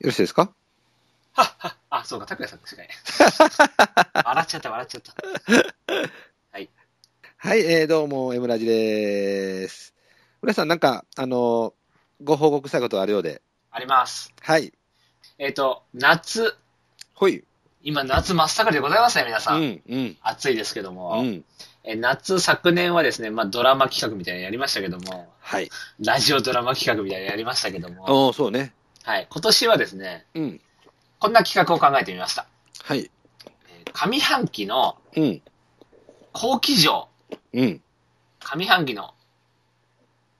よろしいですかはっはっあ、そうか、拓也さ んですね。笑っちゃった、笑っちゃった。はい、えー、どうも、エムラジです。浦さん、なんか、あのーご報告したいことがあるようで。あります。はい。えっ、と、夏、ほい。今夏真っ盛りでございますね、皆うさん。ん、うん。暑いですけども、うん。えー夏昨年はですね、まあドラマ企画みたいなのやりましたけども、はい。ラジオドラマ企画みたいなのやりましたけども、おー、そうね。はい、今年はですね、うん。こんな企画を考えてみました。はい。えー上半期のうん。後期上、うん。上半期の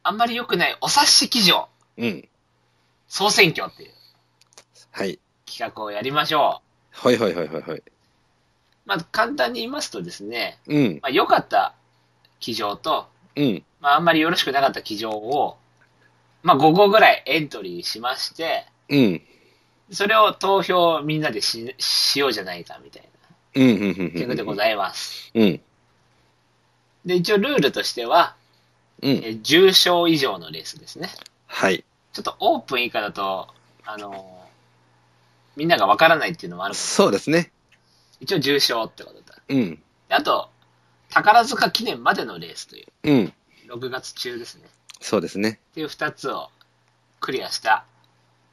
あんまり良くないお察し記上、うん。総選挙っていうはい。企画をやりましょほいほいほいほいほい。う。まあ簡単に言いますとですね、うん。まあ、良かった記上と、うん。まあ、あんまりよろしくなかった記上を、まあ、5号ぐらいエントリーしまして、うん。それを投票みんなでししようじゃないかみたいうなん。うん。うん。企画でごうざいます。ん。で、一応ルールとしては、うん。えー10勝以上のレースですね。はい。ちょっとオープン以下だと、あのーみんながわからないっていうのもあるからそうですね。一応重賞ってことだ。うん。であと、宝塚記念までのレースという、うん。 6月中ですね。そうですね。っていう2つをクリアした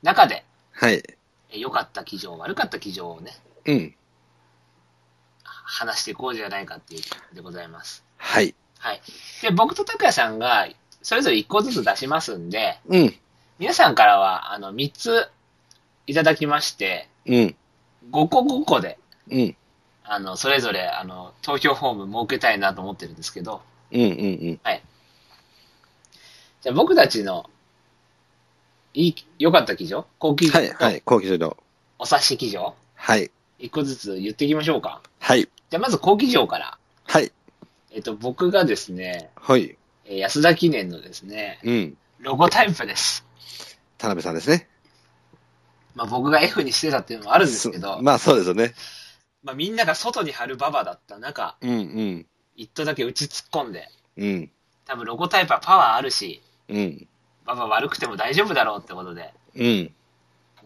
中で、はい。え良かった記上、悪かった記上をね、うん。話していこうじゃないかっていう企画でございます。はい。はい。で、僕と拓也さんが、それぞれ1個ずつ出しますんで、うん。皆さんからは、あの、3ついただきまして、うん。 5個5個で、うん。あの、それぞれ、あの、投票フォーム設けたいなと思ってるんですけど、うん。うん。うん。じゃあ僕たちの、いい、良かった記上好記はい。は上い。後期上。お察し記上はい。一個ずつ言っていきましょうか。はい。じゃあまず好記上から。はい。えっと、僕がですね、はい。えー安田記念のですね、うん。ロゴタイプです。田辺さんですね。まあ僕が F にしてたっていうのもあるんですけど、そまあそうですよね。まあみんなが外に貼るババだった中、うん一頭だけ打ち突っ込んで、うん。うん。多分ロゴタイプはパワーあるし、うん。ババ悪くても大丈夫だろうってことで、うん。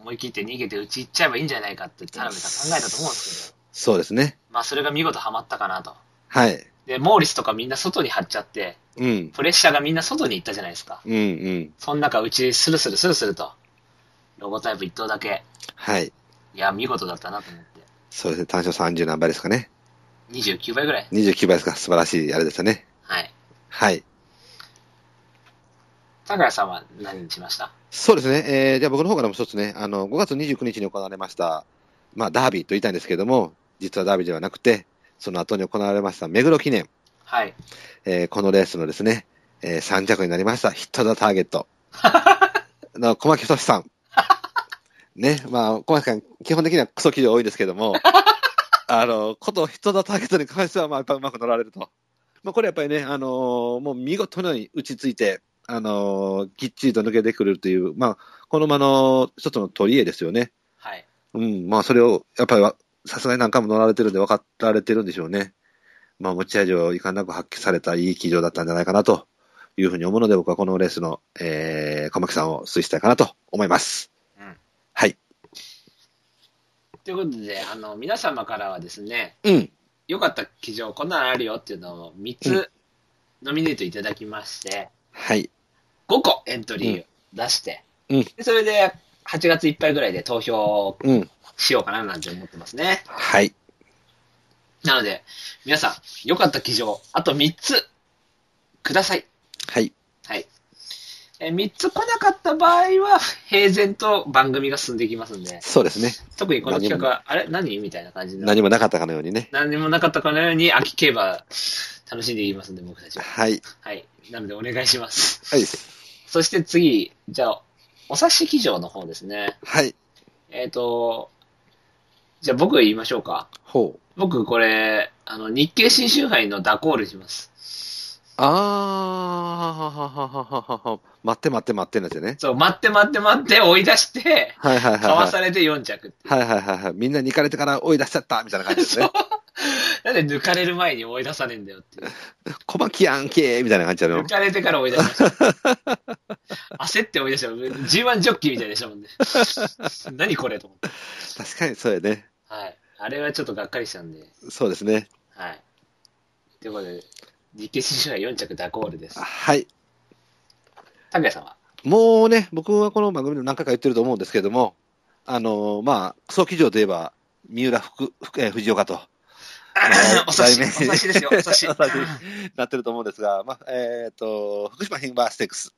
思い切って逃げて打ち行っちゃえばいいんじゃないかって田辺さん考えたと思うんですけど、そうですね。まあそれが見事ハマったかなと。はい。で、モーリスとかみんな外に貼っちゃって、うん。プレッシャーがみんな外に行ったじゃないですか。うんうん。その中、うちスルスルスルスルと、ロゴタイプ一頭だけ、はい。いや、見事だったなと思って。そうですね。単勝30何倍ですかね。 29倍ぐらい。 29倍ですか。素晴らしいあれでしたね。はい。はい。高谷さんは何にしましたそうですね。えー、じゃあ僕の方からも一つね、あの、5月29日に行われました、まあダービーと言いたいんですけども、実はダービーではなくて、その後に行われました目黒記念、はい。えーこのレースのですね、えー3着になりました、ヒット・ザ・ターゲットの小牧太さん。ね、まあ、小牧さん、基本的にはクソ企業多いんですけども、あの、ことヒット・ザ・ターゲットに関しては、まあ、やっぱうまく乗られると。まあ、これやっぱりね、あのーもう見事なように打ちついて、あのーきっちりと抜けてくるという、まあ、この馬の一つの取り柄ですよね。はい。うん、まあ、それを、やっぱりわ、さすがに何回も乗られてるんで分かられてるんでしょうね。まあ、持ち味をいかんなく発揮されたいい騎乗だったんじゃないかなというふうに思うので、僕はこのレースの、えー、小牧さんを推したいかなと思います。うんはい。ということで、あの、皆様からはですね、うん。良かった記事をこんなのあるよっていうのを3つノミネートいただきまして、はい。 5個エントリーを出して、うんでそれで8月いっぱいぐらいで投票うん。しようかななんて思ってますね。はい。なので、皆さん、良かった記事をあと3つください。はい。はい。えー、3つ来なかった場合は、平然と番組が進んでいきますんで、そうですね。特にこの企画は、あれ何みたいな感じの。何もなかったかのようにね。何にもなかったかのように、秋競馬、楽しんでいきますんで、僕たちは。はい。はい。なので、お願いします。はい。そして次、じゃあ、お察し記上の方ですね。はい。えっ、と、じゃあ僕言いましょうか。ほう。僕、これ、あの、日経新春杯のダコールします。あー、はははははは。待って待って待ってなんですよね。そう、待って待って待って、追い出して、はいはいはい、かわはい。されて4着っていうはいはいはいはい。みんなに行かれてから追い出しちゃったみたいな感じですね。 なんで抜かれる前に思い出さねえんだよっていう。小牧やんけーみたいな感じだろ抜。かれてから追い出しました。 焦って追い出したもん。G1 ジョッキーみたいでしたもんね。 何これと思って。確かにそうやね。はい。あれはちょっとがっかりしたんで。そうですね。はい。ということで、日経新書は4着ダコールです。はい。拓也さんはもうね、僕はこの番組でも何回か言ってると思うんですけども、あのーまあ、クソ騎乗といえば、三浦福、福えー藤岡と。 お察し、お題名察しですよ、 お察 し。お察しなってると思うんですが、まあ、えっ、と、福島ヒンバーステークス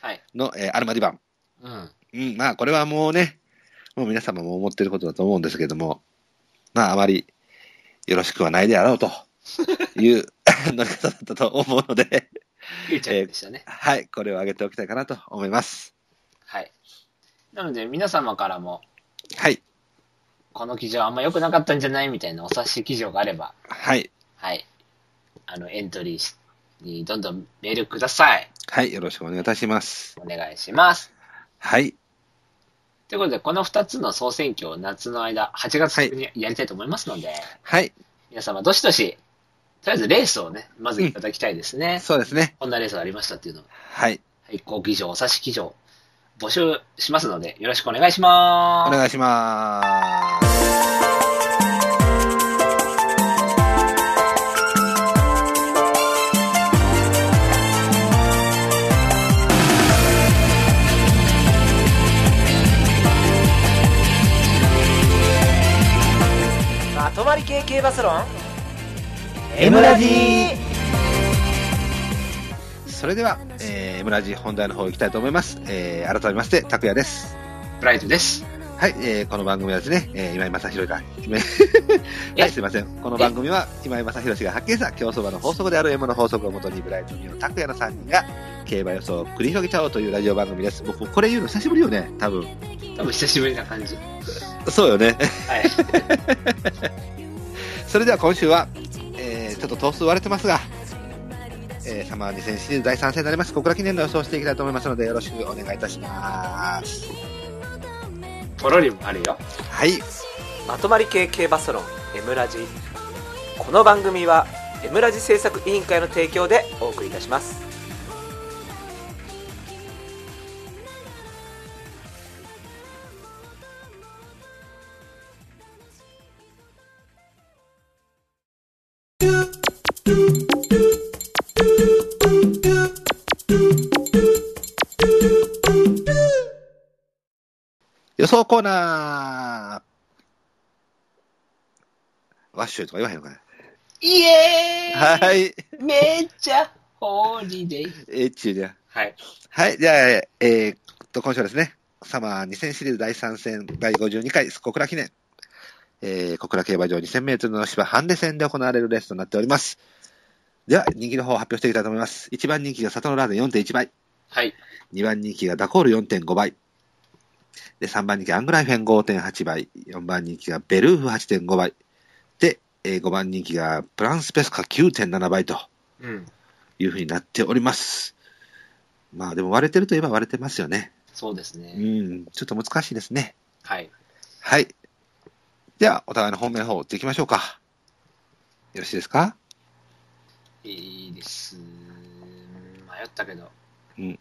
はい。の、えーアルマディバン。うん。うん、まあ、これはもうね、もう皆様も思ってることだと思うんですけども、まあ、あまりよろしくはないであろうという 乗り方だったと思うので、 9着でしたね。はい、これを上げておきたいかなと思います。はい。なので、皆様からも、はい、この記事はあんま良くなかったんじゃないみたいなお察し記事があれば、はい、はい。あの、エントリーしにどんどんメールください。はい、よろしくお願いいたします。お願いします。はい、ということで、この2つの総選挙を夏の間、8月にやりたいと思いますので、はい、皆様どしどし、とりあえずレースをね、まずいただきたいですね。そうですね。こんなレースがありましたっていうのを、はい、はい、後期上、お察し記上、募集しますので、よろしくお願いしまおす。願いします。まとまり系系バスロン M ラジそれでは、えー、村地本題の方行きたいと思います。えー、改めまして、拓也です。ブライトです。はい、えー、この番組はですね、えー、今井正弘が、えはい、すいません。この番組は、今井正弘が発見した競走馬の法則である M の法則をもとに、ブライトニューの拓也の3人が、競馬予想を繰り広げちゃおうというラジオ番組です。僕、これ言うの久しぶりよね、多分。多分久しぶりな感じ。そうよね。はい。それでは今週は、えーちょっと頭数割れてますが、えーサマー2000シリーズ第3戦になります小倉記念の予想をしていきたいと思いますのでよろしくお願いいたしますポロリもあるよ。はいまとまり系系バスロン M ラジこの番組は M ラジ制作委員会の提供でお送りいたします予想コーナーワッシュとか言わへんのかなイエーイはいめっちゃホーリデイ。えっちゅうじゃはい。はいじゃあえーえーっと今週はですねサマー2000シリーズ第3戦第52回小倉記念えー、小倉競馬場 2000m の芝ハンデ戦で行われるレースとなっております。では、人気の方を発表していきたいと思います。1番人気がサトノラーデン4.1倍。はい。 2番人気がダコール4.5倍。で、3番人気アングライフェン5.8倍。4番人気がベルーフ8.5倍。で、えー5番人気がプランスペスカ9.7倍とうん。いうふうになっております。まあでも割れてるといえば割れてますよね。そうですうね。ん、ちょっと難しいですね。はい。はい。では、お互いの本命の方、行っていきましょうか。よろしいですかいいです。迷ったけど。うんこ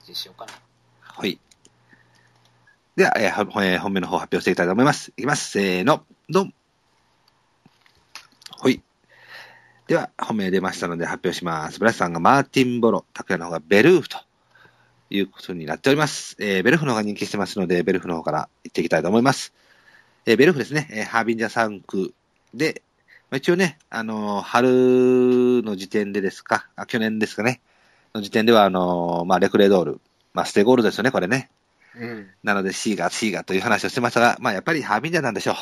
っちにしようかな。はい。では、えーほえー本命の方発表していきたいと思います。いきます。せーの、ドン。はい。では、本命出ましたので発表します。ブラスさんがマーティン・ボロ、拓也の方がベルーフということになっております。えーベルーフの方が人気してますので、ベルーフの方から行っていきたいと思います。えーベルーフですね、えーハービンジャー3区で、まあ、一応ね、あのー春の時点でですか、あ去年ですかね、の時点では、あのーまあ、レクレドール、まあ、ステゴールドですよね、これね。うん。なので C が C がという話をしてましたが、まあ、やっぱりハービンジャーなんでしょう。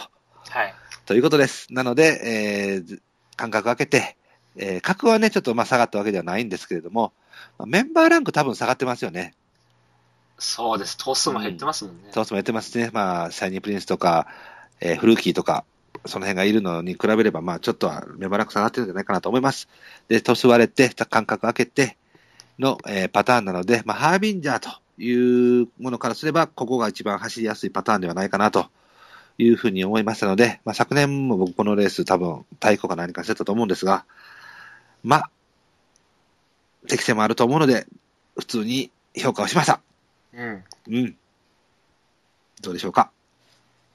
はい。ということです。なので、えーず間隔を空けて、えー格はね、ちょっとまあ下がったわけではないんですけれども、まあメンバーランク多分下がってますよね。そうです。頭数も減ってますもんね。そうそうやってますね。まあ、シャイニープリンスとか、えーフルーキーとか、その辺がいるのに比べれば、まあ、ちょっとはメンバーランク下がってるんじゃないかなと思います。で、トス割れて、間隔空けての、えーパターンなので、まあ、ハービンジャーというものからすれば、ここが一番走りやすいパターンではないかなというふうに思いましたので、まあ、昨年も僕このレース多分対抗か何かしてたと思うんですが、まあ、適性もあると思うので、普通に評価をしました。うん。うん。どうでしょうか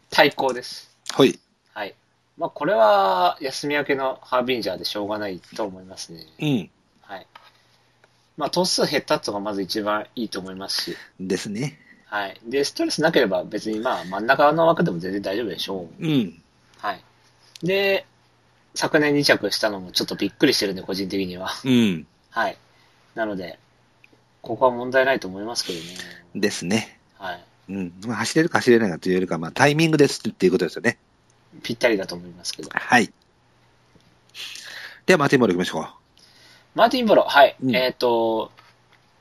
対抗です。ほい。はい。まあ、これは、休み明けのハービンジャーでしょうがないと思いますね。うん。はい。まあ、頭数減ったっていうのがまず一番いいと思いますし、ですね。はい。で、ストレスなければ別に、まあ、真ん中の枠でも全然大丈夫でしょう。うん。はい。で、昨年2着したのもちょっとびっくりしてるんで、個人的には。うん。はい。なので、ここは問題ないと思いますけどね。ですね。はい。うん。まあ、走れるか走れないかというよりか、まあ、タイミングですっていうことですよね。ぴったりだと思いますけど。はい。では、マーティンボール行きましょうか。マーティン・ブロ、はい。うんえっ、と、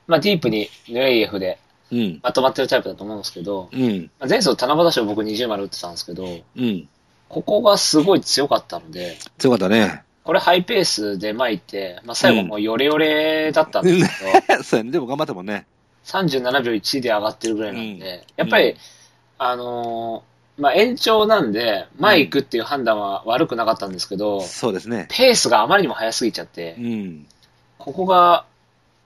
まあ、ディープにヌエイエフでうん。まとまってるタイプだと思うんですけど、うん。まあ前走七夕賞僕20丸打ってたんですけど、うん。ここがすごい強かったので、強かったね。これハイペースで巻いて、まあ、最後もうヨレヨレだったんです け ど、そうやね。でも頑張ったもんね。 37秒1で上がってるぐらいなんで、やっぱうんり、あのーまあ、延長なんで、前行くっていう判断は悪くなかったんですけど、そうですね。ペースがあまりにも速すぎちゃって、うん。ここが、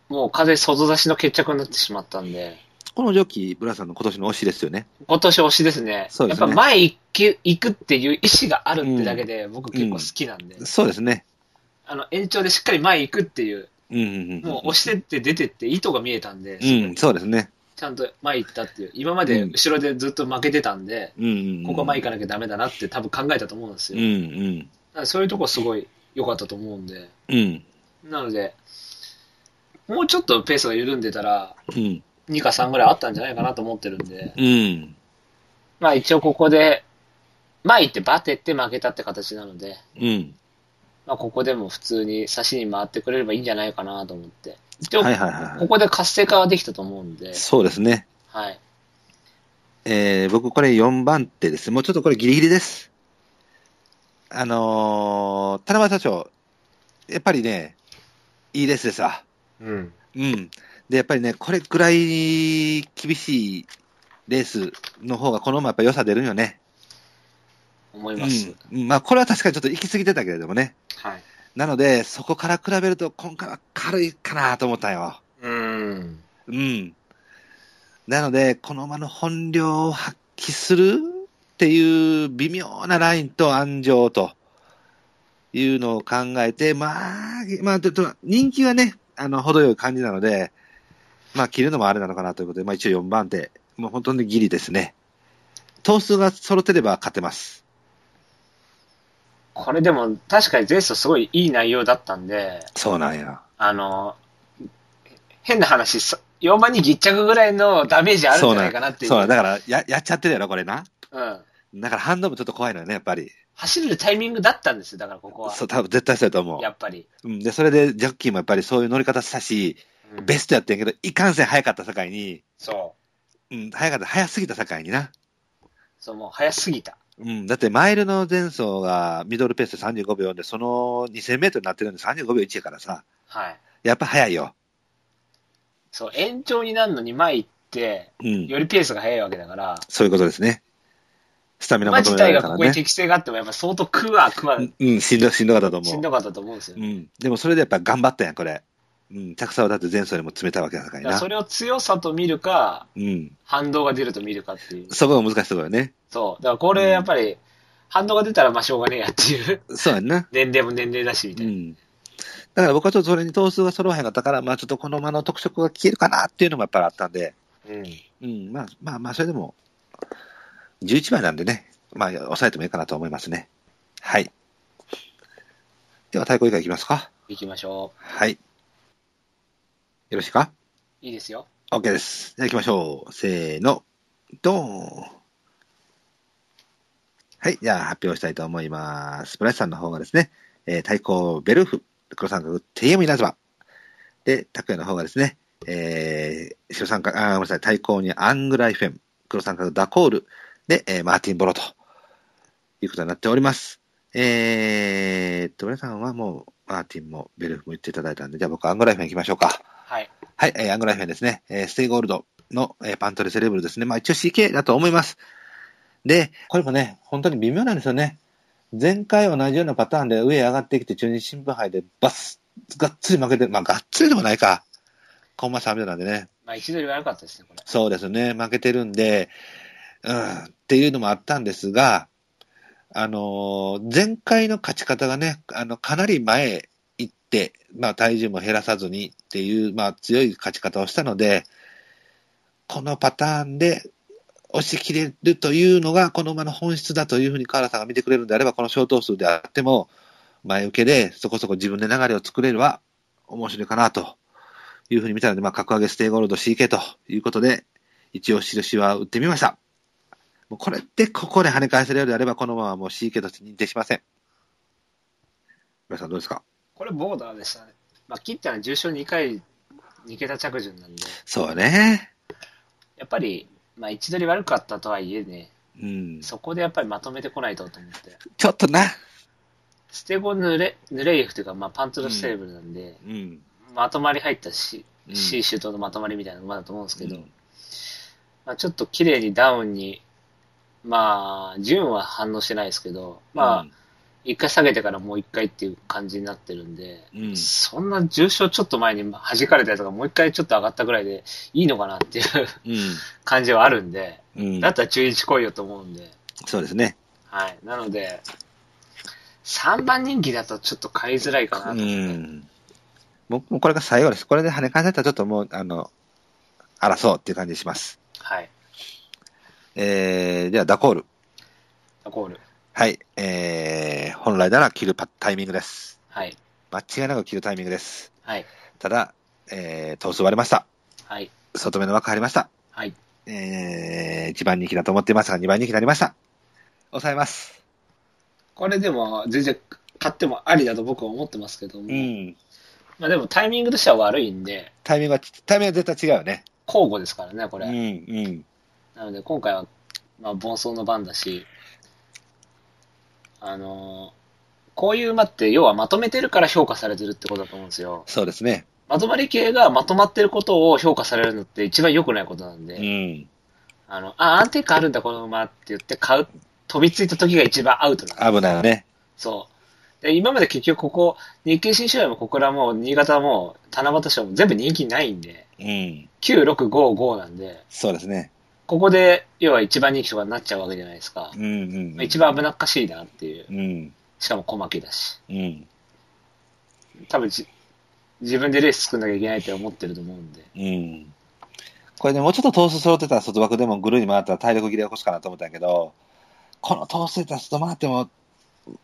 もう風外差しの決着になってしまったんで、このジョッキー、ブラさんの今年の推しですよね。今年推しですね。そうですねやっぱ前行く行くっていう意思があるってだけで、僕結構好きなんで、そうですね。あの、延長でしっかり前行くっていう、うんうんうん。もう押してって出てって意図が見えたんで、うん、そうですね。ちゃんと前行ったっていう、今まで後ろでずっと負けてたんで、うんうんうん。ここ前行かなきゃダメだなって多分考えたと思うんですうんよ。うん。なんでそういうとこすごい良かったと思うんで、うん。なので、もうちょっとペースが緩んでたら、うん。 2か3ぐらいあったんじゃないかなと思ってるんで、うん。まあ一応ここで、前行ってバテって負けたって形なので、うん。まあここでも普通に差しに回ってくれればいいんじゃないかなと思って。一応はいはいはいはここで活性化はできたと思うんでい。、そうですね。はい。えー、僕これ4番手です。もうちょっとこれギリギリです。あのー、田中社長、やっぱりね、いいレースですわ。うん。うん。で、やっぱりね、これぐらい厳しいレースの方がこの馬やっぱ良さ出るよね。思いうます。んうん。まあ、これは確かにちょっと行き過ぎてたけれどもね。はい。なので、そこから比べると今回は軽いかなと思ったよ。うん。うん。なので、この馬の本領を発揮するっていう微妙なラインと安城というのを考えて、まあ、まあ、ちょっと人気はね、あの、程よい感じなので、まあ、切るのもあれなのかなということで、まあ一応4番手。もう本当にギリですね。頭数が揃ってれば勝てます。これでも確かに前走すごいいい内容だったんで、そうなんや。あの、変な話、さ4番にぎっちゃくぐらいのダメージあるんじゃないかなっていう。そうなんだから、や、やっちゃってるやろ、これな。うん。だからハンドもちょっと怖いのよね、やっぱり。走るタイミングだったんですよ、だからここは。そう、多分絶対そうやと思う。やっぱり。うん、で、それでジャッキーもやっぱりそういう乗り方したし、うんベストやってんけど、いかんせん早かった境に、そう。うん、早かった、早すぎた境にな。そう、もう早すぎた。うん、だってマイルの前走がミドルペースで35秒で、その2000メートルになってるんで35秒1やからさ、はい。やっぱ早いよ。そう、延長になるのに前行って、うん。よりペースが速いわけだから、そういうことですね。スタミナ馬求自めら体れるがかこらこにね。適性があっても、やっぱ相当食うわ、食わうん、うんしんどい、しんどかったとしん思う。どかったと思うんですようね。ん。でもそれでやっぱ頑張ったやん、これ。うん、着差はだって前走よりも詰めたわけだからだからなそ。れを強さと見るか、うん。反動が出ると見るかっていう。そこが難しいところよね。そう。だからこれやっぱり、反動が出たらまあしょうがねえやっていう。そうやんな。年齢も年齢だし、みたういな。ん。だから僕はちょっとそれに頭数が揃わへんかったから、まあちょっとこの馬の特色が消えるかなっていうのもやっぱりあったんで、うん。うん、まあまあまあそれでも、11枚なんでね、まあ抑えてもいいかなと思いますね。はい。では対抗以外いきますか。行きましょはい。よろしいかう。いいですよ。 ?OK です。じゃあ行きましょう。せーの、ドーンはい、じゃあ発表したいと思います。ブラシさんの方がですね、えー対抗ベルフ、黒三角、TM 稲妻。で、拓也の方がですね、えー白三角、あー、ごめんなさい、対抗にアングライフェン、黒三角、ダコール、で、えーマーティン・ボロと、いうことになっております。えーっと、ブラシさんはもう、マーティンもベルフも言っていただいたんで、じゃあ僕アングライフェン行きましょうか。はい。はい、えーアングライフェンですね。えーステイゴールドの、えーパントレセレブルですね。まあ一応 CK だと思います。で、これもね、本当に微妙なんですよね。前回同じようなパターンで上へ上がってきて中日新聞杯でバス、がっつり負けて、まあがっつりでもないか。コンマ3秒なんでね。まあ、一度より悪かったですね、これ。そうですね、負けてるんで、うん、っていうのもあったんですが、あのー前回の勝ち方がね、あの、かなり前行って、まあ、体重も減らさずにっていう、まあ、強い勝ち方をしたので、このパターンで押し切れるというのが、この馬の本質だというふうに河原さんが見てくれるんであれば、この小投数であっても、前受けでそこそこ自分で流れを作れれば面白いかなというふうに見たので、まあ、格上げステイゴールド CK ということで、一応印は打ってみました。もうこれってここで跳ね返せるようであれば、このままもう CK として認定しません。皆さんどうですかこれ、ボーダーでしたね。まあ、切ったのは重賞2回、2桁着順なんで、そうよね。やっぱり、まあ、一度より悪かったとはいえね、うん。そこでやっぱりまとめてこないとと思って、ちょっとな。ステゴヌレヌレイフというか、まあ、パントルステーブルなんで、うん。まとまり入ったし、うん C シュートのまとまりみたいな馬だと思うんですけど、うんまあ、ちょっと綺麗にダウンに、まあ、順は反応してないですけど、まあ、一回下げてからもう一回っていう感じになってるんで、うん、うん。そんな重症ちょっと前に弾かれたやつがもう一回ちょっと上がったぐらいでいいのかなっていう感じはあるんで、うん。だったら中日来いよと思うんで、そうですね。はい。なので、3番人気だとちょっと買いづらいかなうと思って、ん。僕もうこれが最後です。これで跳ね返されたらちょっともう、あの、争うっていう感じします。はい。えー、では、ダコール。ゴール。はい。えー、本来なら切るパタイミングです。はい。間違いなく切るタイミングです。はい。ただ、えー、投数割れました。はい。外目の枠張りました。はい。えー、1番人気だと思っていますが、2番人気になりました。抑えます。これでも全然買ってもありだと僕は思ってますけども、ん。まあでもタイミングとしては悪いんで、タイミングは、タイミングは絶対違うよね。交互ですからね、これ。うん、うん。なので今回は、まあ、盆走の番だし、あのーこういう馬って要はまとめてるから評価されてるってことだと思うんですよ。そうですね。まとまり系がまとまってることを評価されるのって一番良くないことなんで、うん。あの、あ、安定感あるんだこの馬って言って買う、飛びついた時が一番アウトなんです危ないよね。そう。で今まで結局ここ、日経新商社も小倉も新潟も七夕賞も全部人気ないんで、うん。 9、6、5、5なんで、そうですね。ここで要は一番人気とかになっちゃうわけじゃないですかう。ん、うんうん。一番危なっかしいなっていう。うん、しかも小負けだし。うん、多分じ、自分でレース作んなきゃいけないって思ってると思うんで。うん。これね、もうちょっとトース揃ってたら外枠でもぐるり回ったら体力切れ起こすかなと思ったんやけど、このトースでたら外回っても、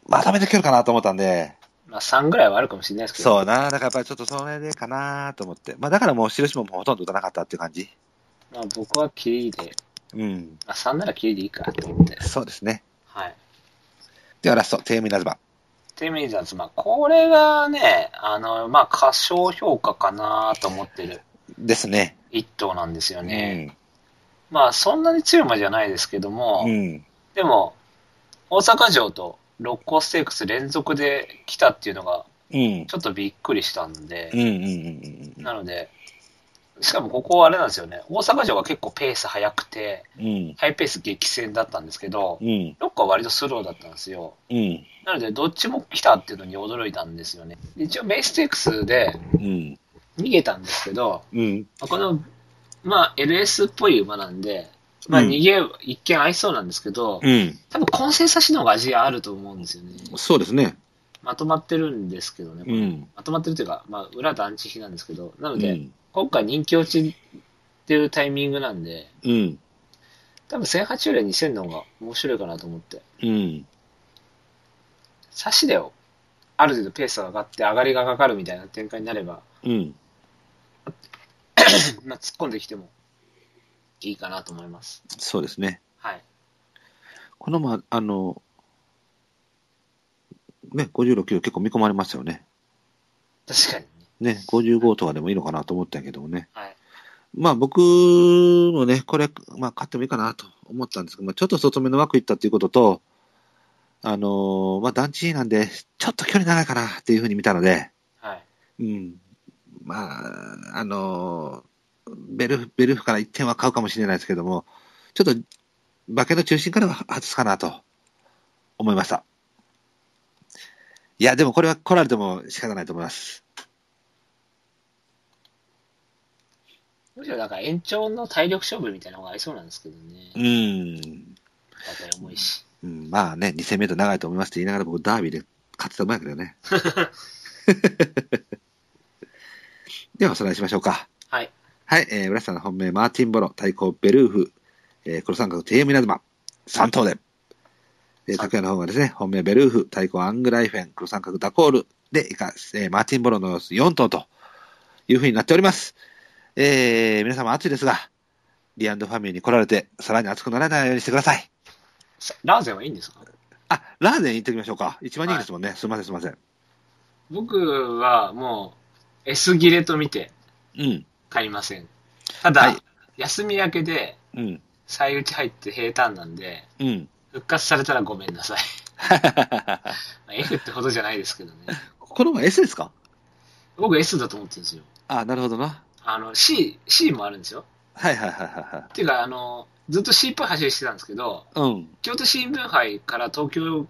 まとめてくるかなと思ったんで、まあ3ぐらいはあるかもしれないですけど。そうな、だからやっぱりちょっとそれでかなと思って、まあだからもう印ももうほとんど打たなかったっていう感じ。まあ僕はキリで、うん、まあ3ならキリでいいかと思って。そうですね。はい。ではラスト、テーミナズバ。テミザーズ、まあこれがね、あの、まあ過小評価かなと思ってるですね。一頭なんですようね。ん、まあそんなに強い馬じゃないですけども、うん、でも、大阪城と六甲ステークス連続で来たっていうのが、うん、ちょっとびっくりしたんで、うん、うん、うん、なので、しかもここはあれなんですよね、大阪城が結構ペース速くて、うん、ハイペース激戦だったんですけどう、ん、ロックは割とスローだったんですよ。うん、なので、どっちも来たっていうのに驚いたんですよね。一応、メイステークスでうん、逃げたんですけど、うん、まあこの、まあ、LS っぽい馬なんで、まあ、うん逃げ、一見合いそうなんですけど、うん、多分、混戦差しの方が味があると思うんですよね。そうですね。まとまってるんですけどね、こうれん、まとまってるというか、まあ、裏団地比なんですけど、なうので、ん、今回人気落ちっていうタイミングなんで、うん、多分1008よりは2000の方が面白いかなと思って。うん。差しでをある程度ペースが上がって上がりがかかるみたいな展開になれば、うん。まあ、突っ込んできてもいいかなと思います。そうですね。はい。このま、あの、ね、56キロ結構見込まれますよね。確かにね。ね、55とかでもいいのかなと思ったけどもね。はい。まあ僕もね、これ、まあ買ってもいいかなと思ったんですけど、まあちょっと外目の枠いったっていうことと、あのーまあ団地なんで、ちょっと距離長いかなっていうふうに見たので、はうい。ん。まあ、あのーベルフ、ベルフから1点は買うかもしれないですけども、ちょっと馬券の中心からは外すかなと思いました。いや、でもこれは来られても仕方ないと思います。むしろなんか延長の体力勝負みたいなのが合いそうなんですけどねう。ん。硬い重いし。うん、まあね、2000メートル長いと思いますって言いながら僕ダービーで勝ってたもんやけどね。ではおさらいしましょうか。はい。はい、えー、浦下の本命、マーティン・ボロ、対抗、ベルーフ、えー、黒三角、テイエミナズマ、3頭で。えー、三拓也の方がですね、本命、ベルーフ、対抗、アングライフェン、黒三角、ダコール、で、以下、えー、マーティン・ボロの4頭というふうになっております。えー、皆様暑いですが、リアンドファミリーに来られて、さらに暑くならないようにしてください。さラーゼンはいいんですかあ、ラーゼン行ってきましょうか。一番人気ですもんね。すみません、すみません。僕はもう S 切れと見てうん。買いません。ただ、はい休み明けでうん。再打ち入って平坦なんで、うん。復活されたらごめんなさい。 まあ F ってほどじゃないですけどね。 この馬 S ですか僕 S だと思ってるんですよ。あ、なるほどな。あの C、C もあるんですよ。はいはいはいはっていうか、あの、ずっと C っぽい走りしてたんですけど、いはい。うん。京都新聞杯から東京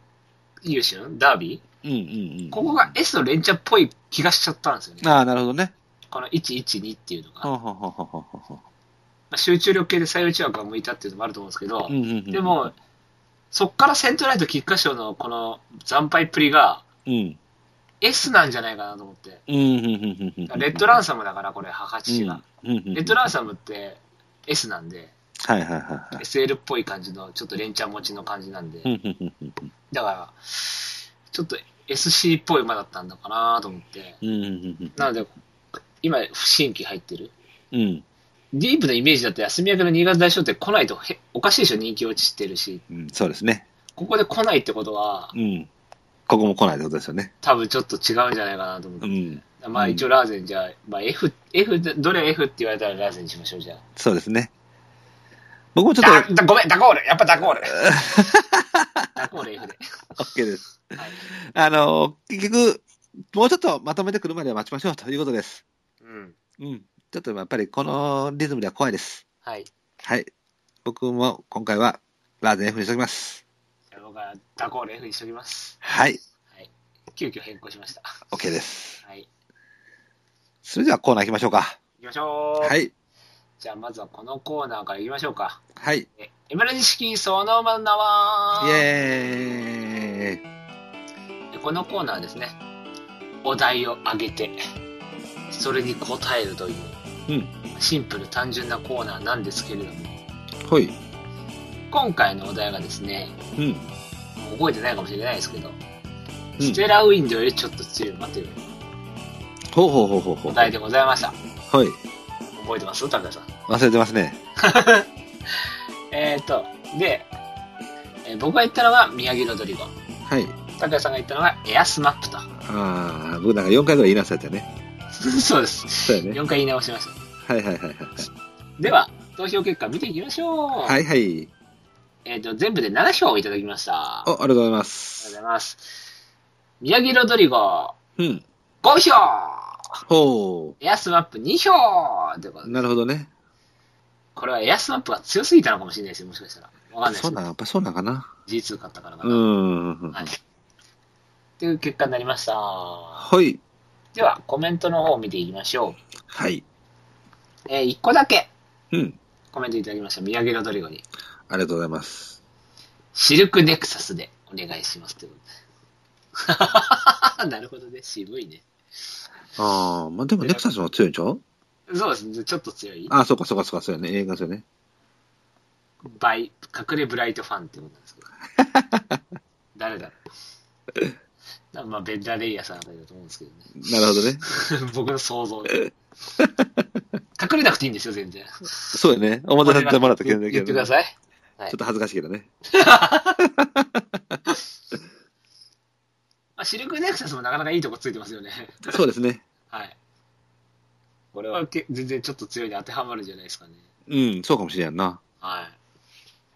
優秀ダービうんうんうん。ーここが S の連チャンっぽい気がしちゃったんですよね。ああ、なるほどね。この112っていうのが。ほまうほうほうほうほうほうあ、集中力系で最打ち枠が向いたっていうのもあると思うんですけどう、んうんうん。で、も、そっからセントライト菊花賞のこの惨敗っぷりがうん。 S なんじゃないかなと思って。うんうんうんうんうん。レッドランスサムだから、これ、母父が。レッドンランサムって S なんで、ス。はいはいはいはい。 SL っぽい感じの、ちょっと連チャン持ちの感じなんでう、んうんうんうんだから、ちょっと SC っぽい馬だったんだかなと思って、うんうんうんなので、今、不新規入ってる。うんディープのイメージだと休み明けの新潟大賞って来ないとへおかしいでしょ、人気落ちしてるし。うん。そうですね。ここで来ないってことはう、ん。ここも来ないってことですよね。多分ちょっと違うんじゃないかなと思っうて。ん。まあ一応ラーゼンじゃあ、まあ F、F、どれ F って言われたらラーゼンにしましょう、じゃあ。そうですね。僕もちょっだだごめん、ダコールやっぱダ コールダコール F で。と、OK です。はいあの、結局、もうちょっとまとめてくるまでは待ちましょうということです。うん。うん。ちょっとやっぱりこのリズムでは怖いです。はい。はい。僕も今回はラーゼン F にしときます。じゃあ僕はダコール F にしときます。はい。はい。急遽変更しました。 OK です。はい。それではコーナー行きましょうか。行きましょう。は。い。じゃあまずはこのコーナーから行きましょうか。はい。イえエムラジ式そのままはエーイ。でこのコーナーはですねお題をあげてそれに答えるという、うんシンプル単純なコーナーなんですけれどもほい。今回のお題がですねうん。もう覚えてないかもしれないですけど、うんステラウィンドよりちょっと強い馬というほうほうほうほうほおう。題でございましたはい。覚えてます高田さん忘れてますね。えっ、ー、とで、えー僕が言ったのが宮城ロドリゴはい。高田さんが言ったのがエアスマップと ああ、僕なんか4回ぐらい言いなさいたね。そうですそうやね。 4回言い直しましたはいはいはいはい。では投票結果見ていきましょうはいはい。えっ、と、全部で7票をいただきました。あお、りありがとうございまがとうごすざい。ます。宮城ロドリゴ、うん。 5票ほエアスマップ2票ということう。で、なるほどね。これはエアスマップが強すぎたのかもしれないですよ、もしかしたら。わかんないそうでなん、やっぱそうなんかな。す。G2 勝ったからかうな。ん。はい。という結果になりました。はい。では、コメントの方を見ていきましょう。はい。え1個だけうん。コメントいただきました。宮城ロドリゴに。ありがとうございます。シルクネクサスでお願いしますと いうことで。なるほどね。渋いね。ああ、まあでもネクサスも強いんちゃうそうですね。ちょっと強い。ああ、そうかそうかそうか、そうよね。映画ですよね。バイ、隠れブライトファンってことなんですけど。 誰だろう。多分まあ、ベンダーレイヤーさんあたりだと思うんですけどなるほどね。ね。 僕の想像で。隠れなくていいんですよ、全然。そうよね。表立ってもらったけどね。言ってくだい。さい。ちょっと恥ずかしいけどね。まあ、シルクネクサスもなかなかいいとこついてますよね。そうですね。はい。これはけ全然ちょっと強いに当てはまるんじゃないですかね。うん、そうかもしれんな。はい。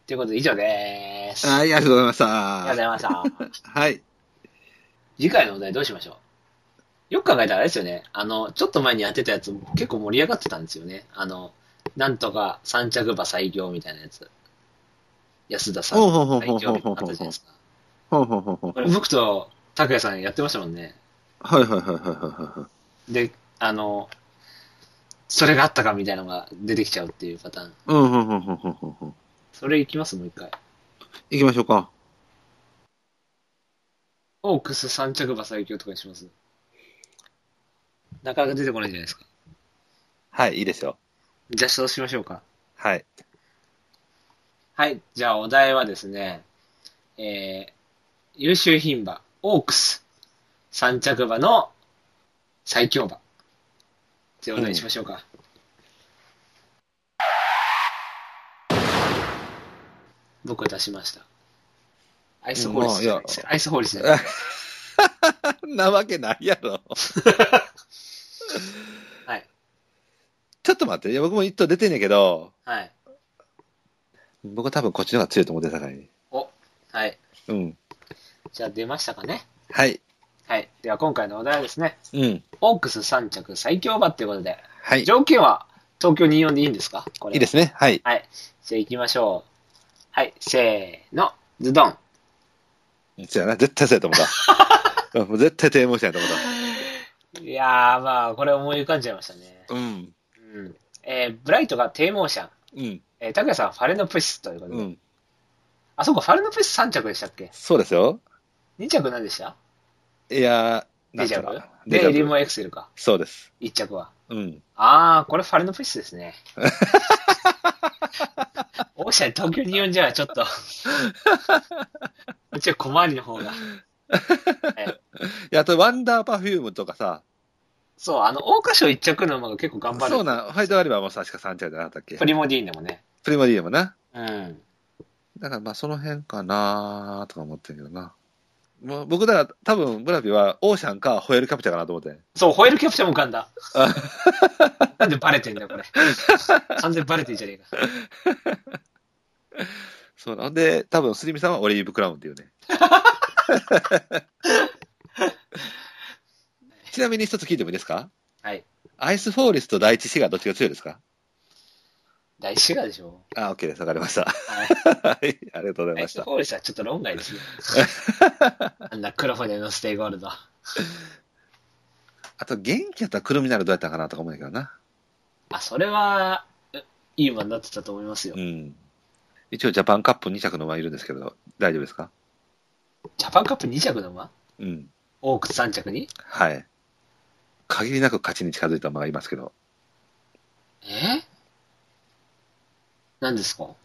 ということで、以上でーす。はい、ありがとうございましありがとた。うございました。はい。次回のお題どうしましょうよく考えたらあれですよね。あの、ちょっと前にやってたやつ結構盛り上がってたんですよね。あの、なんとか三着馬最強みたいなやつ。安田さんほうほうほうのほう誕生日あったじゃないですか。ほうほうほうほうこれ僕と拓也さんやってましたもんね。はいはいはいはいはいはい。で、あの、それがあったかみたいなのが出てきちゃうっていうパターン。うん、うん、うん、うん、うんうんうん。それいきますもう一回。行きましょうか。オークス三着馬最強とかにしますなかなか出てこないじゃないですか。はい、いいですよ。じゃあそうしましょうか。はい。はい。じゃあお題はですね、えー、優秀牝馬、オークス三着馬の最強馬。ってお題にしましょうか。僕は出しました。アイスホーリスじゃないですよ。アイスホーリスじ ゃない なわけないやろ。 はい。ちょっと待って、いや僕も一頭出てんねんけど、はい。僕は多分こっちの方が強いと思ってたからに。お、はい。うん。じゃあ出ましたかね。はい。はい。では今回のお題はですね、うん。オークス3着最強馬っていうことで、はい。い条件は東京24でいいんですかこれ。。いですすね。はい。はい。じゃあ行きましょう。はい。せーの。ズドン。そうやな。絶対そうやと思った。 うんもう絶対低迷したやと思っいやー、まあ、これ思い浮かんじゃいましたね。た。うん。うん。えー、ブライトが低モーション。うん。えー、タクヤさんはファレノプシスということで。うん。あ、そうか、ファレノプシス3着でしたっけそうですよ。 ?2 着何でしたいやー、デジャなんブかなで、リブ。モエクセルか。そうです。 1着は。うん。あー、これファレノプシスで すね。オーシャン、東京24じゃちょっと。 うちは小回りの方が。はいいや、あと、ワンダーパフュームとかさ、そう、あの、桜花賞一着の馬が結構頑張る。そうなん、ファイトアリバーも確か3着じゃなかったっけプリモディーンでもね。プリマディアムな。うん。だからまあその辺かなとか思ってるけどな。もう僕だから多分ブラピはオーシャンかホエールキャプチャーかなと思って。そう、ホエールキャプチャーも浮か んだ。なんでバレてんだよ、これ。完全にバレてんじゃねえか。そうなんで多分スリミさんはオリーブクラウンっていうね。 ちなみに一つ聞いてもいいですかはい。アイスフォーリスと第一シガーどっちが強いですか大志賀でしょ。あ、OK です。わかりました。 はい。はい。ありがとうございまナイしスた。ホールスはちょっと論 外ですね。あんな黒船のステイゴールド。あと元気やったらクルミナルどうやったんかなとか思うんだけどな。あ、それは、えいい馬になってたと思いますよう。ん。一応ジャパンカップ2着の馬いるんですけど、大丈夫ですかジャパンカップ2着の馬うん。オークス3着にはい。限りなく勝ちに近づいた馬がいますけど、え何ですか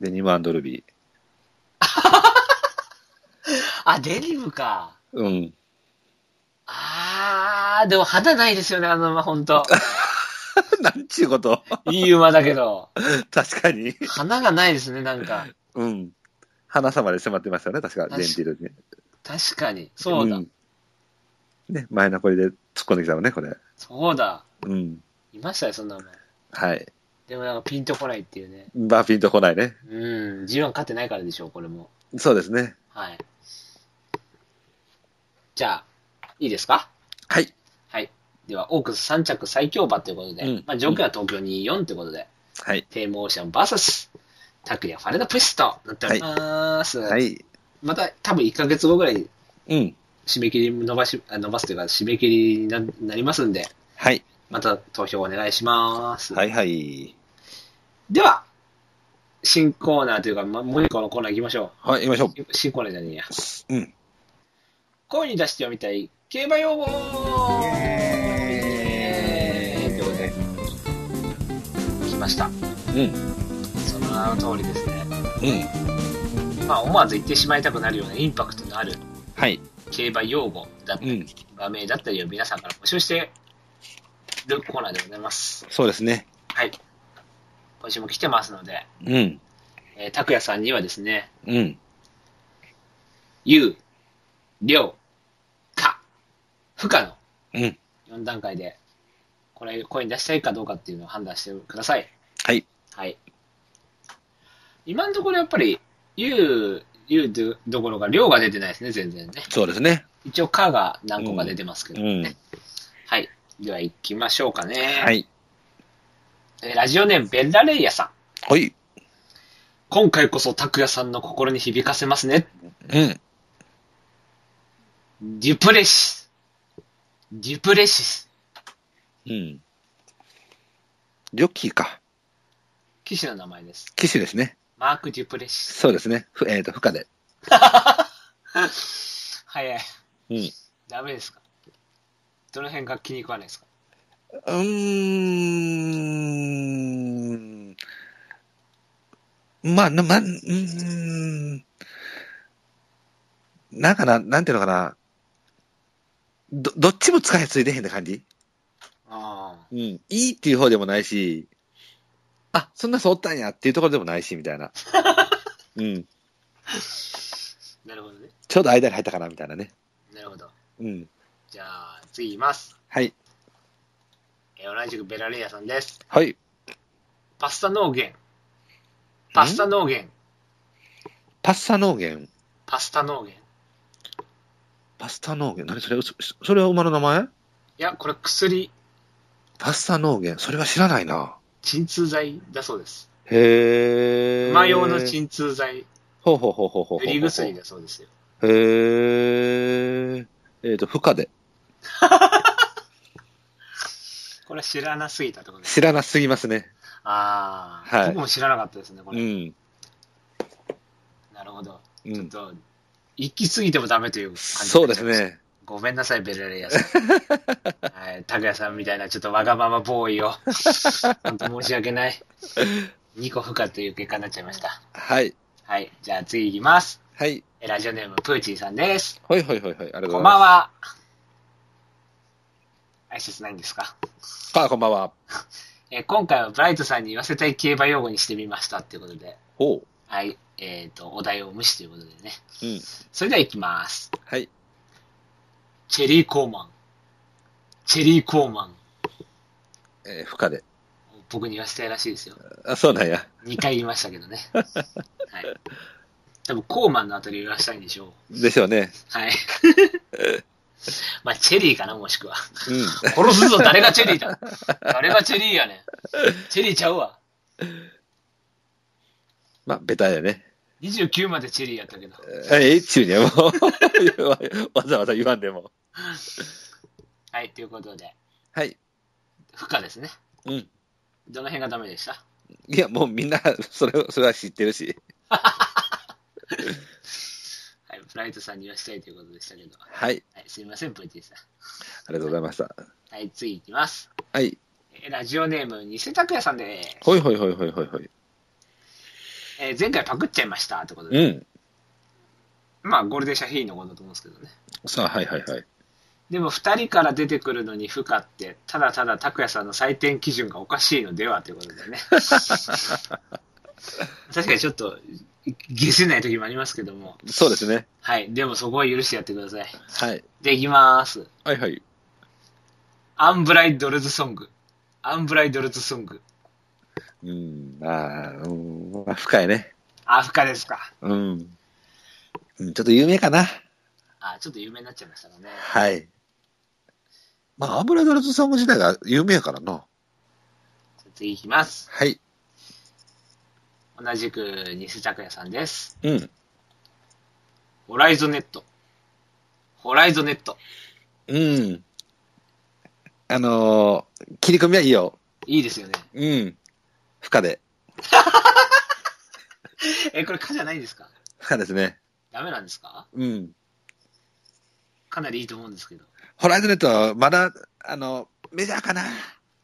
デニムルビー。あ、デニムか。うん。あー、でも肌ないですよね、あの馬、ほんと。 なんちゅうこと。 いい馬だけど。確かに。花がないですね、なんか。うん。花様で迫ってましたよね、確か、デンティルに。確かに。そうだ。んね、前残りで突っ込んできたのね、これ。そうだ。うん。いましたよ、そんな馬。はい。でもなんかピンとこないっていうね。バーピンとこないね。うん。G1 勝ってないからでしょう、これも。そうですね。はい。じゃあ、いいですかはい。はい。では、オークス3着最強馬ということで、うんまあ、条件は東京24ということで、はい。テームオーシャン VS、タクリア・ファレナプシスとなっております。はい。また、多分1ヶ月後ぐらいにうん。締め切り伸ばし、あ伸ばすというか、締め切りにななりますんで、はい。また投票お願いします。はいはい。では、新コーナーというか、ま、もう一個のコーナー行きましょはい、行きましょう。新コーナーじゃねえや。う。うん。声に出して読みたい競馬用語イエーイということで、来ました。うん。その名の通りですね。うん。まあ、思わず言ってしまいたくなるようなインパクトのあるはい。競馬用語だったうり、ん。場名だったりを皆さんから募集しているコーナーでございます。そうですね。はい。今週も来てますので、うん。えー、拓也さんにはですね、うん。有、量、可、不可のうん。 4段階で、これ声に出したいかどうかっていうのを判断してください。はい。はい。今のところやっぱり、有、有どどころか量が出てないですね、全然ね。そうですね。一応、かが何個か出てますけどね。うん。はい。では、行きましょうかね。はい。えーラジオネーム、ベッラレイヤさん。はい。今回こそ拓也さんの心に響かせますね。うん。デュプレシス。デュプレシス。うん。ジョッキーか。騎士の名前です。騎手ですね。マーク・デュプレシス。そうですね。ふえっ、と、負荷で。 早い。うん。ダメですかどの辺が気に食わないですかうーん。まあ、な、ま、うーん。なんかな、なんていうのかな。ど、どっちも使い継いでへんって感じあうん。いいっていう方でもないし、あ、そんな人おったんやっていうところでもないし、み たいな。うん。あ、なるほどね。ちょうど間に入ったかな、みたいなね。なるほど。うん。じゃあ、次います。はい。えー同じくベラレイヤさんです。はい。パスタ農源。パスタ農源。パスタ農源。パスタ農源。パスタ農源。何それそそれは馬の名前いや、これ薬、パスタ農源。それは知らないな。鎮痛剤だそうです。へー。馬用の鎮痛剤、ほうほうほうほうほうほう。塗り薬だそうですよ。へー。えっ、と、負荷で。これは知らなすぎたってことです。知らなすぎますね。ああ、はい僕も知らなかったですね、こうれ。ん。なるほど。うちょっん。と、行き過ぎてもダメという感じになっちゃいましたそうです。ね。ごめんなさい、ベルレイヤさ ん。はい、拓也さんみたいなちょっとわがまま ボーイを。本当申し訳ない。2個不可という結果になっちゃいました。はい。はい、じゃあ次いきます。はい。えラジオネーム、プーチンさんです。はいはいはいはい。ありがとうござこいます。んばん。は。挨拶ないんですかあ、こんばんは。えー今回はブライトさんに言わせたい競馬用語にしてみましたっていうことで、ほう。はい、えっ、と、お題を無視ということでね。うん。それでは行きます。はい。チェリーコーマン。チェリーコーマン。えー、負荷で。僕に言わせたいらしいですよ。あ、そうなんや。 2回言いましたけどね。はい。多分、コーマンのあたりを言わしたいんでしょう。でしょうね。はい。まあ、チェリーかな、もしくは。う殺すぞ、誰がチェリーだ。誰がチェリーやねん。チェリーちゃうわ。ん。 まあ、ベタやね。 29までチェリーやったけど。えー、ちゅうにはもう。 わざわざ言わんでも。はい、ということで、はい。負荷ですね。うん。どの辺がダメでしたいや、もうみんな、それ、それは知ってるし。はい、フライトさんに言わしたいということでしたけど。はい。ありはい、すいません、プーチンさん。がとうございました。はい、次いきます。はい。えラジオネーム、偽拓也さんです。ほいほいほいほいほいほい。えー前回パクっちゃいましたってことで。うん。まあ、ゴールデンシャヒーのことだと思うんですけどね。さあ、はいはいはい。でも、二人から出てくるのに不可って、ただただ拓也さんの採点基準がおかしいのではということ でね。確かにちょっと、下せない時もありますけども。そうですね。はい。でもそこは許してやってください。はい。で、いきます。はいはい。アンブライドルズソング。アンブライドルズソング。うん。ああ、うん。まあ、深いね。あ、不可ですか。うん。うんちょっと有名かな。あ、ちょっと有名になっちゃいましたかね。はい。まあ、アンブラドルズソング自体が有名やからな。次いきます。はい。同じく、西拓也さんです。うん。ホライゾネット。ホライゾネット。うん。あのー切り込みはいいよ。いいですよね。うん。負荷で。え、これ、かじゃないんですか負荷ですね。ダメなんですかうん。かなりいいと思うんですけど。ホライズネットはまだ、あの、メジャーかな。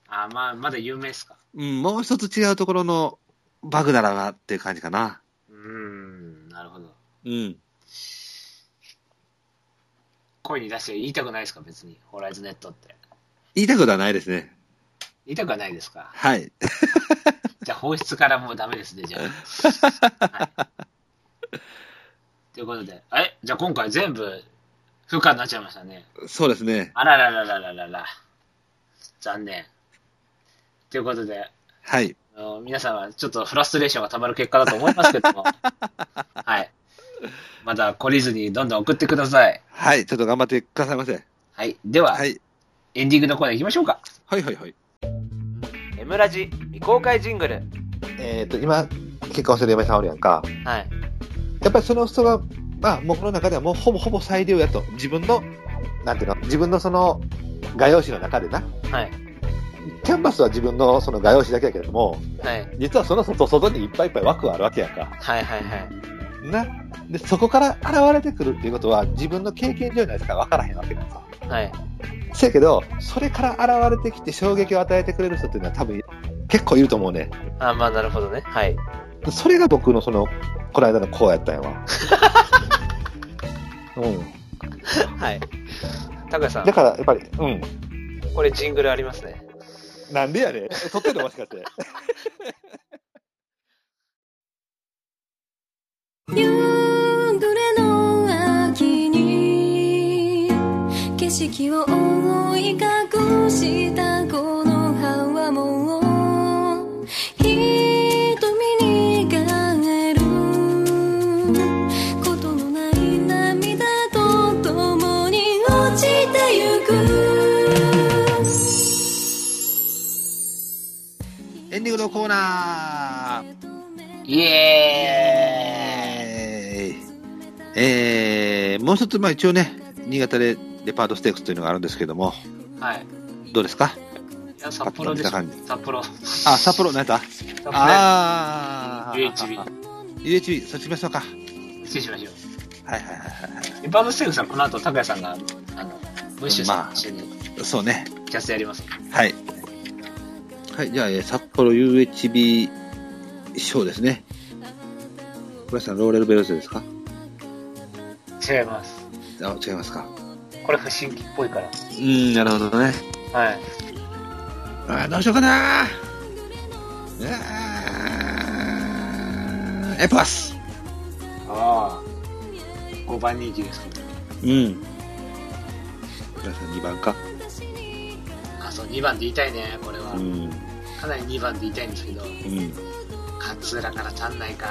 あ、まあ、まだ有名ですか。うん、もう一つ違うところのバグだらなっていう感じかな。うーん、なるほど。うん。声に出して言いたくないですか、別に。ホライズネットって。言いたいことはないですね。言いたくはないですか。はい。じゃあ、放出からもうダメですね、じゃあ。はい、ということで、え、じゃあ今回全部、不可になっちゃいましたね。そうですね。あららららららら。残念。ということで、はい。あの皆さんはちょっとフラストレーションがたまる結果だと思いますけ ども、はい。まだ懲りずにどんどん送ってください。はい。ちょっと頑張ってくださいませ。はい。では、はい。エンディングのコーナー行きましょうか。はいはいはい。 M ラジ未公開ジングルえっ、と、今、結婚してる嫁さんおるやんか。はい。やっぱりその人が、まあ、僕の中ではもうほぼほぼ最良やと。自分の、なんていうの、自分のその、画用紙の中でな。はい。キャンバスは自分のその画用紙だけやけれども、はい。実はその外、外にいっぱいいっぱい枠があるわけやんか。はいはいはい。な。で、そこから現れてくるっていうことは、自分の経験上じゃないですか、わからへんわけなんさ。はい。せやけど、それから現れてきて衝撃を与えてくれる人っていうのは多分、結構いると思うね。あ、まあなるほどね。はい。それが僕のその、この間のこうやったんやわ。 うん。はい。拓也さだん、から、やっぱり、うん。これジングルありますね。なんでやねん。撮ってるのもしかして。夕暮れの秋に景色を覆い隠したこの葉はもう瞳に変えることのない涙と共に落ちてゆくエンディングのコーナイエえー、えー、もう一つ、まあ一応ね、新潟でデパートステークスというのがあるんですけども、ーイはい。どうですかいや、札幌でしょあ見た感。札幌。あ、札幌、なんだっ札た幌ね。ああ UHB。 UHB、そっち行きましょうか。失礼しましょう。はいはいはいはリバードステークさん、この後、拓也さんが、あの、ムッシュさんと一緒にい。そうね。キャスやります。はい。はい、じゃあ、えー札幌 UHB 賞ですね。これさん、ローレルベルゼですか違います。あ、違いますか。これ不審議っぽいから。うん、なるほどね。はい。あーどうしようかなあーエパスああ。5番人気ですけど。うん。皆さん2番かあ、そう、2番で言いたいね、これはう。ん。うん。かなり2番で言いたいんですけど、うん。勝浦から足んないか。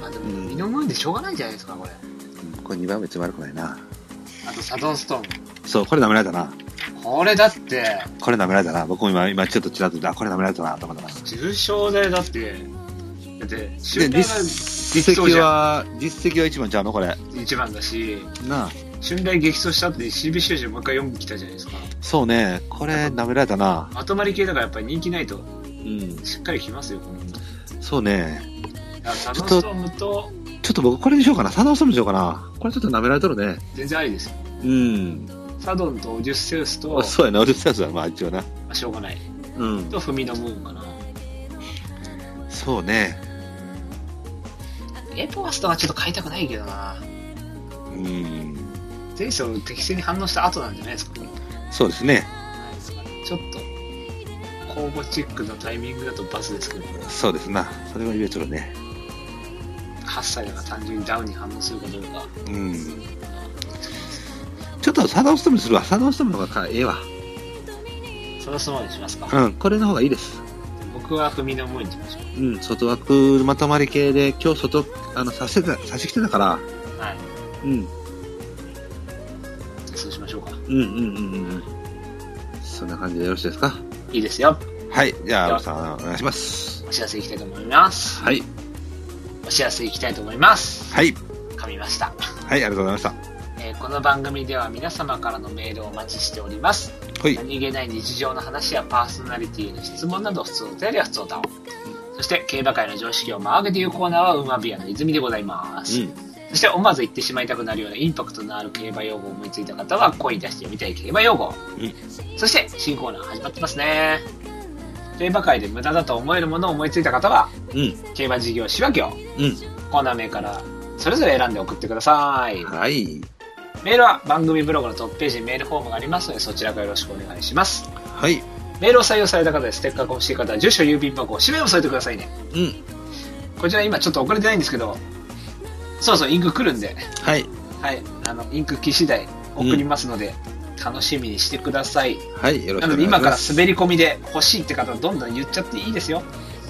まあでも、身のもんでしょうがないんじゃないですか、これ。これ2番目つまるくないな。あと、サドンストーン。そう、これ舐められたな。これだって、これ舐められたな。僕も今、今ちょっとちらっと、あ、これ舐められたなと思ってます。重傷でだって、だって、集で、団が実績は、実績は1番ちゃうのこれ。 1番だし、なあ。春雷激走した後に CB 集中もう一回4部来たじゃないですか。そうね。これ舐められたな。まとまり系だからやっぱり人気ないと、うん。しっかり来ますよ、この女。そうね。あサノンストームと、ちょっと僕これにしようかな。サダオソムにしようかな。これちょっと舐められとるね。全然ありですよ。うん。サドンとオデュッセウスと、あそうやな、オルサスはまあ一応な。まあしょうがない。うん。と、フミノムーンかな。そうね。エポワスとはちょっと買いたくないけどな。うん。前走適正に反応した後なんじゃないですか、これそうですね。ちょっと、交互チェックのタイミングだとバスですけど、そうですな。それは言えとるね。 8歳が単純にダウンに反応するかどうか。うん。ちょっとサダオストームにするわ。サダオストームの方がええわ。そのそのまでしますか。うん。これの方がいいです。僕はフミノムーンにしましょうん。外枠まとまり系で、今日外、あの、差してた、差してきてたから。う。はい。うん。そうしましょうか。うんうんうんうんうん。そんな感じでよろしいですかいいですよ。はい。じゃあ、ロさん、お願いします。お知らせいきたいと思います。はい。お知らせいきたいと思います。はい。噛みました。はい、ありがとうございました。えーこの番組では皆様からのメールをお待ちしております。はい。何気ない日常の話やパーソナリティへの質問など、普通お便りは普通だを。そして、競馬界の常識を曲げていうコーナーは、馬ビアの泉でございます。うそして、思わず言ってしまいたくなるようなインパクトのある競馬用語を思いついた方は、声に出してみたい競馬用語。そして、新コーナー始まってますね。競馬界で無駄だと思えるものを思いついた方は、ん。うん。競馬事業仕分けをうコーナー名からそれぞれ選んで送ってくださいん。。はい。メールは番組ブログのトップページにメールフォームがありますのでそちらからよろしくお願いします。はい。メールを採用された方でステッカーが欲しい方は住所、郵便番号、氏名を添えてくださいね。うん。こちら今ちょっと遅れてないんですけど、そうそうインク来るんで、はい。はい、あの、インク来次第送りますので、楽しみにしてください。はい。よろしなくお願いしのでま今からす。滑り込みで欲しいって方どんどん言っちゃっていいですよ。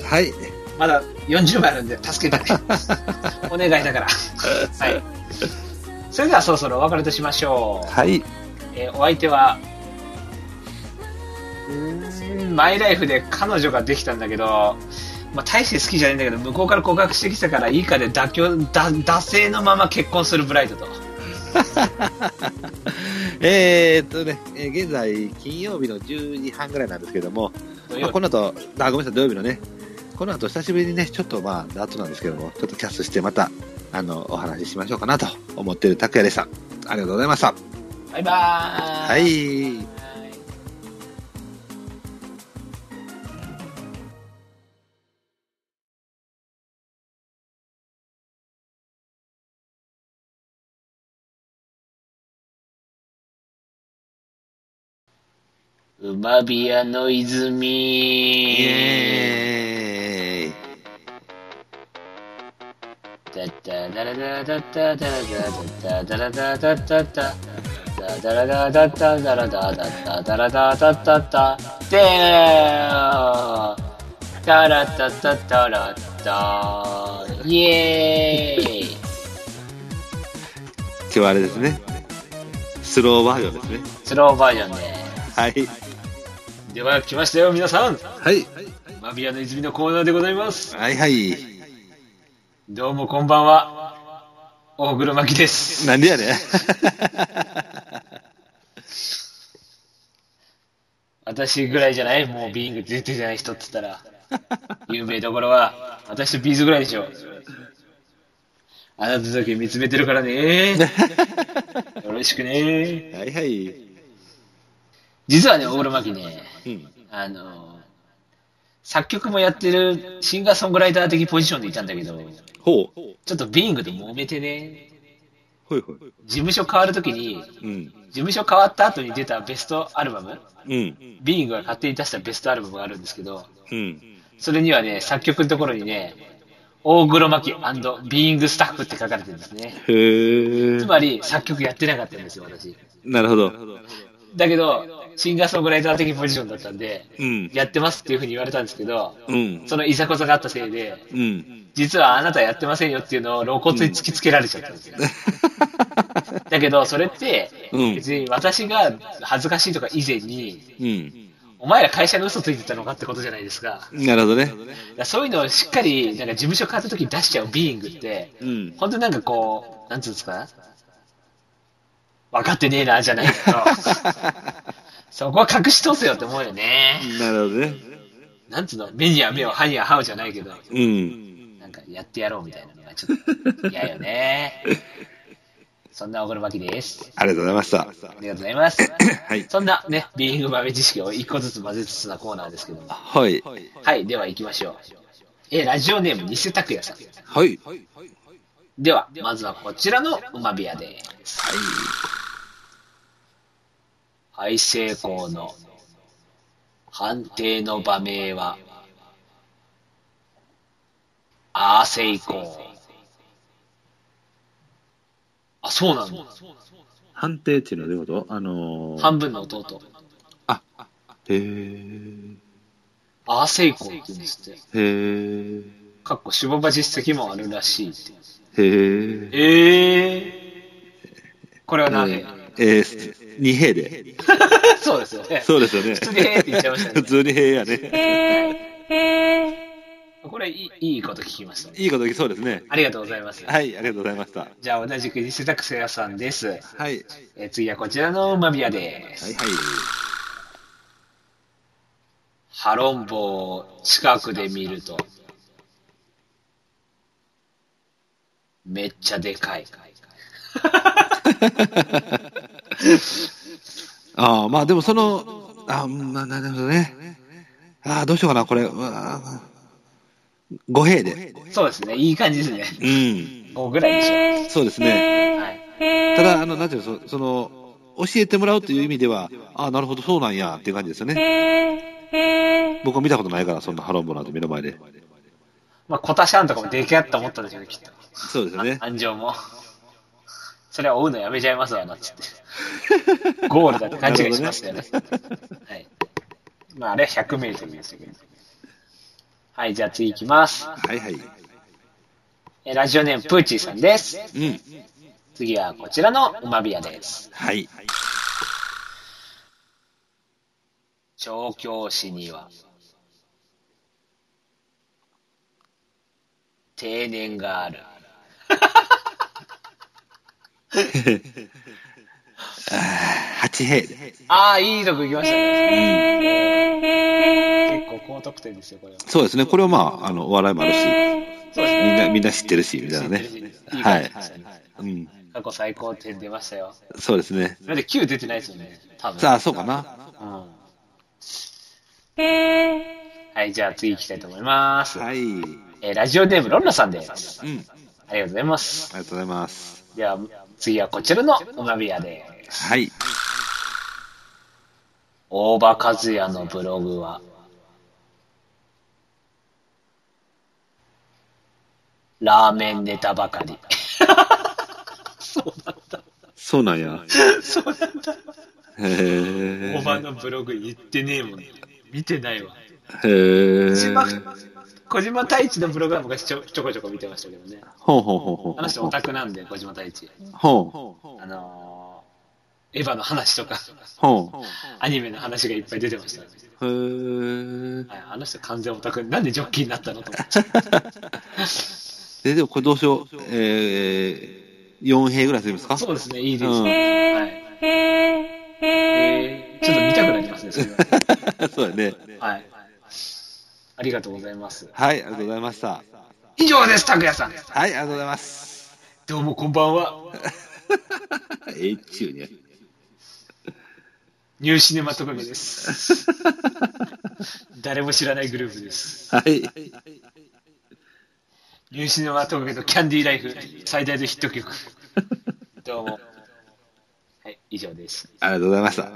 はい。まだ40枚あるんで、助けて。 お願いだから。はい。それではそろそろお別れとしましょう。はい。えーお相手は、うーんマイライフで彼女ができたんだけど、まあ、大して好きじゃないんだけど、向こうから告白してきたからいいかで妥協、だ惰性のまま結婚するブライトと。えーっとね、えー現在、金曜日の10時半ぐらいなんですけども、土ま曜あ、日この後、あ、ごめんなさい、土曜日のね、この後、久しぶりにね、ちょっとまあ、後なんですけども、ちょっとキャストして、また、あの、お話ししましょうかなと思っている拓也でした。ありがとうございました。バイバーはい。イ。はい馬火屋のイ泉エーイ。ダッダダラダラダッダダラダダダダラダダッダッダダダラダダッダダラダダッダダラダダッダッダでーダラダダダラダイエーイ今日はあれですね、スローバージョンですね。スローバージョンではい。では来ましたよ皆さんはい。マビアの泉のコーナーでございますはいはい。どうもこんばんは大黒摩季ですなんで やねん。私ぐらいじゃないもうビーイング出てない人って言ったら、有名どころは、私とビーズぐらいでしょ。あなただけ見つめてるからね。よろしくね。はいはい。実はね、大黒摩季ね、うん。あの、作曲もやってるシンガーソングライター的ポジションでいたんだけど、ほう。ちょっとビーイングで揉めてね、ほいほい。事務所変わるときに、うん。事務所変わった後に出たベストアルバム、うん。ビーイングが勝手に出したベストアルバムがあるんですけど、うん。それにはね、作曲のところにね、大黒摩季ビーイングスタッフって書かれてるんですね。へーつまり、作曲やってなかったんですよ、私。なるほど。だけど、シンガーソングライター的ポジションだったんで、うん。やってますっていうふうに言われたんですけど、 うん。そのいざこざがあったせいで、うん。実はあなたやってませんよっていうのを露骨に突きつけられちゃったんですよ。だけど、それって、うん別に私が恥ずかしいとか以前に、うん。お前ら会社に嘘ついてたのかってことじゃないですか。なるほどね。だからそういうのをしっかり、なんか事務所変わった時に出しちゃうビーイングって、 うん。本当になんかこう、なんつうんですか分かってねえな、じゃないけど。そこは隠し通せよって思うよね。なるほどね。なんつうの、目には目を、歯には歯をじゃないけど、うん。なんかやってやろうみたいなのがちょっと嫌よね。そんなおごるまきです。ありがとうございました。ありがとうございます。はい。そんなね、ビーイング豆知識を一個ずつ混ぜつつなコーナーですけども。はい。はい、では行きましょう。え、ラジオネーム、偽拓也さん。はい。では、まずはこちらの馬部屋です。はい。愛成功の判定の場名は、アーセイコー。あ、そうなんだ。判定っていうのはどういうことあのー、半分の弟。へー。アーセイコーって言うんですって。へー。かっこ、しばば実績もあるらしいって。へー。えー。これは何、えー、二兵で。 そうですよね。そうですよね。普通にへーって言っちゃいましたね普通に兵やね。これいい、いいこと聞きましたね。いいこと聞きそうですね。ありがとうございます。はい、ありがとうございました。じゃあ、同じく西拓也さんです。はい。えー次はこちらの馬ビアです。はいはハロンボを近くで見ると、めっちゃでかい。い。 ああ、まあでもその、ああ、まあなるほどね。ああ、どうしようかな、これ。うわー五兵で。そうですね、いい感じですね。うん。 5ぐらいでしそうですね。ょ。はい。ただ、あの、なんていうの、そその、教えてもらうという意味では、ああ、なるほど、そうなんや、っていう感じですよね。僕は見たことないから、そんなハロンボなんて目の前で。まあ、コタシャンとかもでけえって思ったでしょうね、きっと。そうですよね。安城も。それは追うのやめちゃいますわな、つって。 ゴールだって勘違いしましたよね。はい。まあ、あれは100メートルでしたけど。はい、じゃあ次行きます。 はいはい。えラジオネーム、プーチーさんです。うん。次はこちらの馬ビアです。はい。調教師には、定年がある。八平で。ああ、いいとこ行きましたね。結構高得点ですよ、これは。そうですね。これはまあ、あの、お笑いもあるし、そみうですんね。な、みんな知ってるし、みたいなね。いいはい感じで。したねうん。過去最高点出ましたよ。そうですね。だって9出てないですよね、多分。さあ、そうかな。うんはい、じゃあ次行きたいと思います。はい。うん。えーラジオネームロンロさんです。ありがありがとうございます。とうございます。では、次はこちらのおナビアです。はい。大場和也のブログは、ラーメンネタばかり。そうなんや。へえ。のブログ言ってねえもん、見てないわ。へえ。小島太一のブログは昔ちょちょこちょこ見てましたけどね。ほうほうほうほう。あの人オタクなんで、小島太一。ほう。あのーエヴァの話とか、ほアニメの話がいっぱい出てましたね、う。へえ。はいあの人完全オタク、なんでジョッキーになったのと思って。で、でもこれどうしよう。えー、4平ぐらいするんですかそうですね、いいですうんね。はいえーちょっと見たくなりますね、それは。 そうだね。はい。ありがとうございます。はい、ありがとうございました。以上です、拓也さん。はい、ありがとうございます。どうもこんばんは。 えっちゅうね。ニューシネマトカゲです。誰も知らないグループです。はい。ニューシネマトカゲのキャンディーライフ、最大のヒッ ト曲。どうも。はい、以上です。ありがとうございました。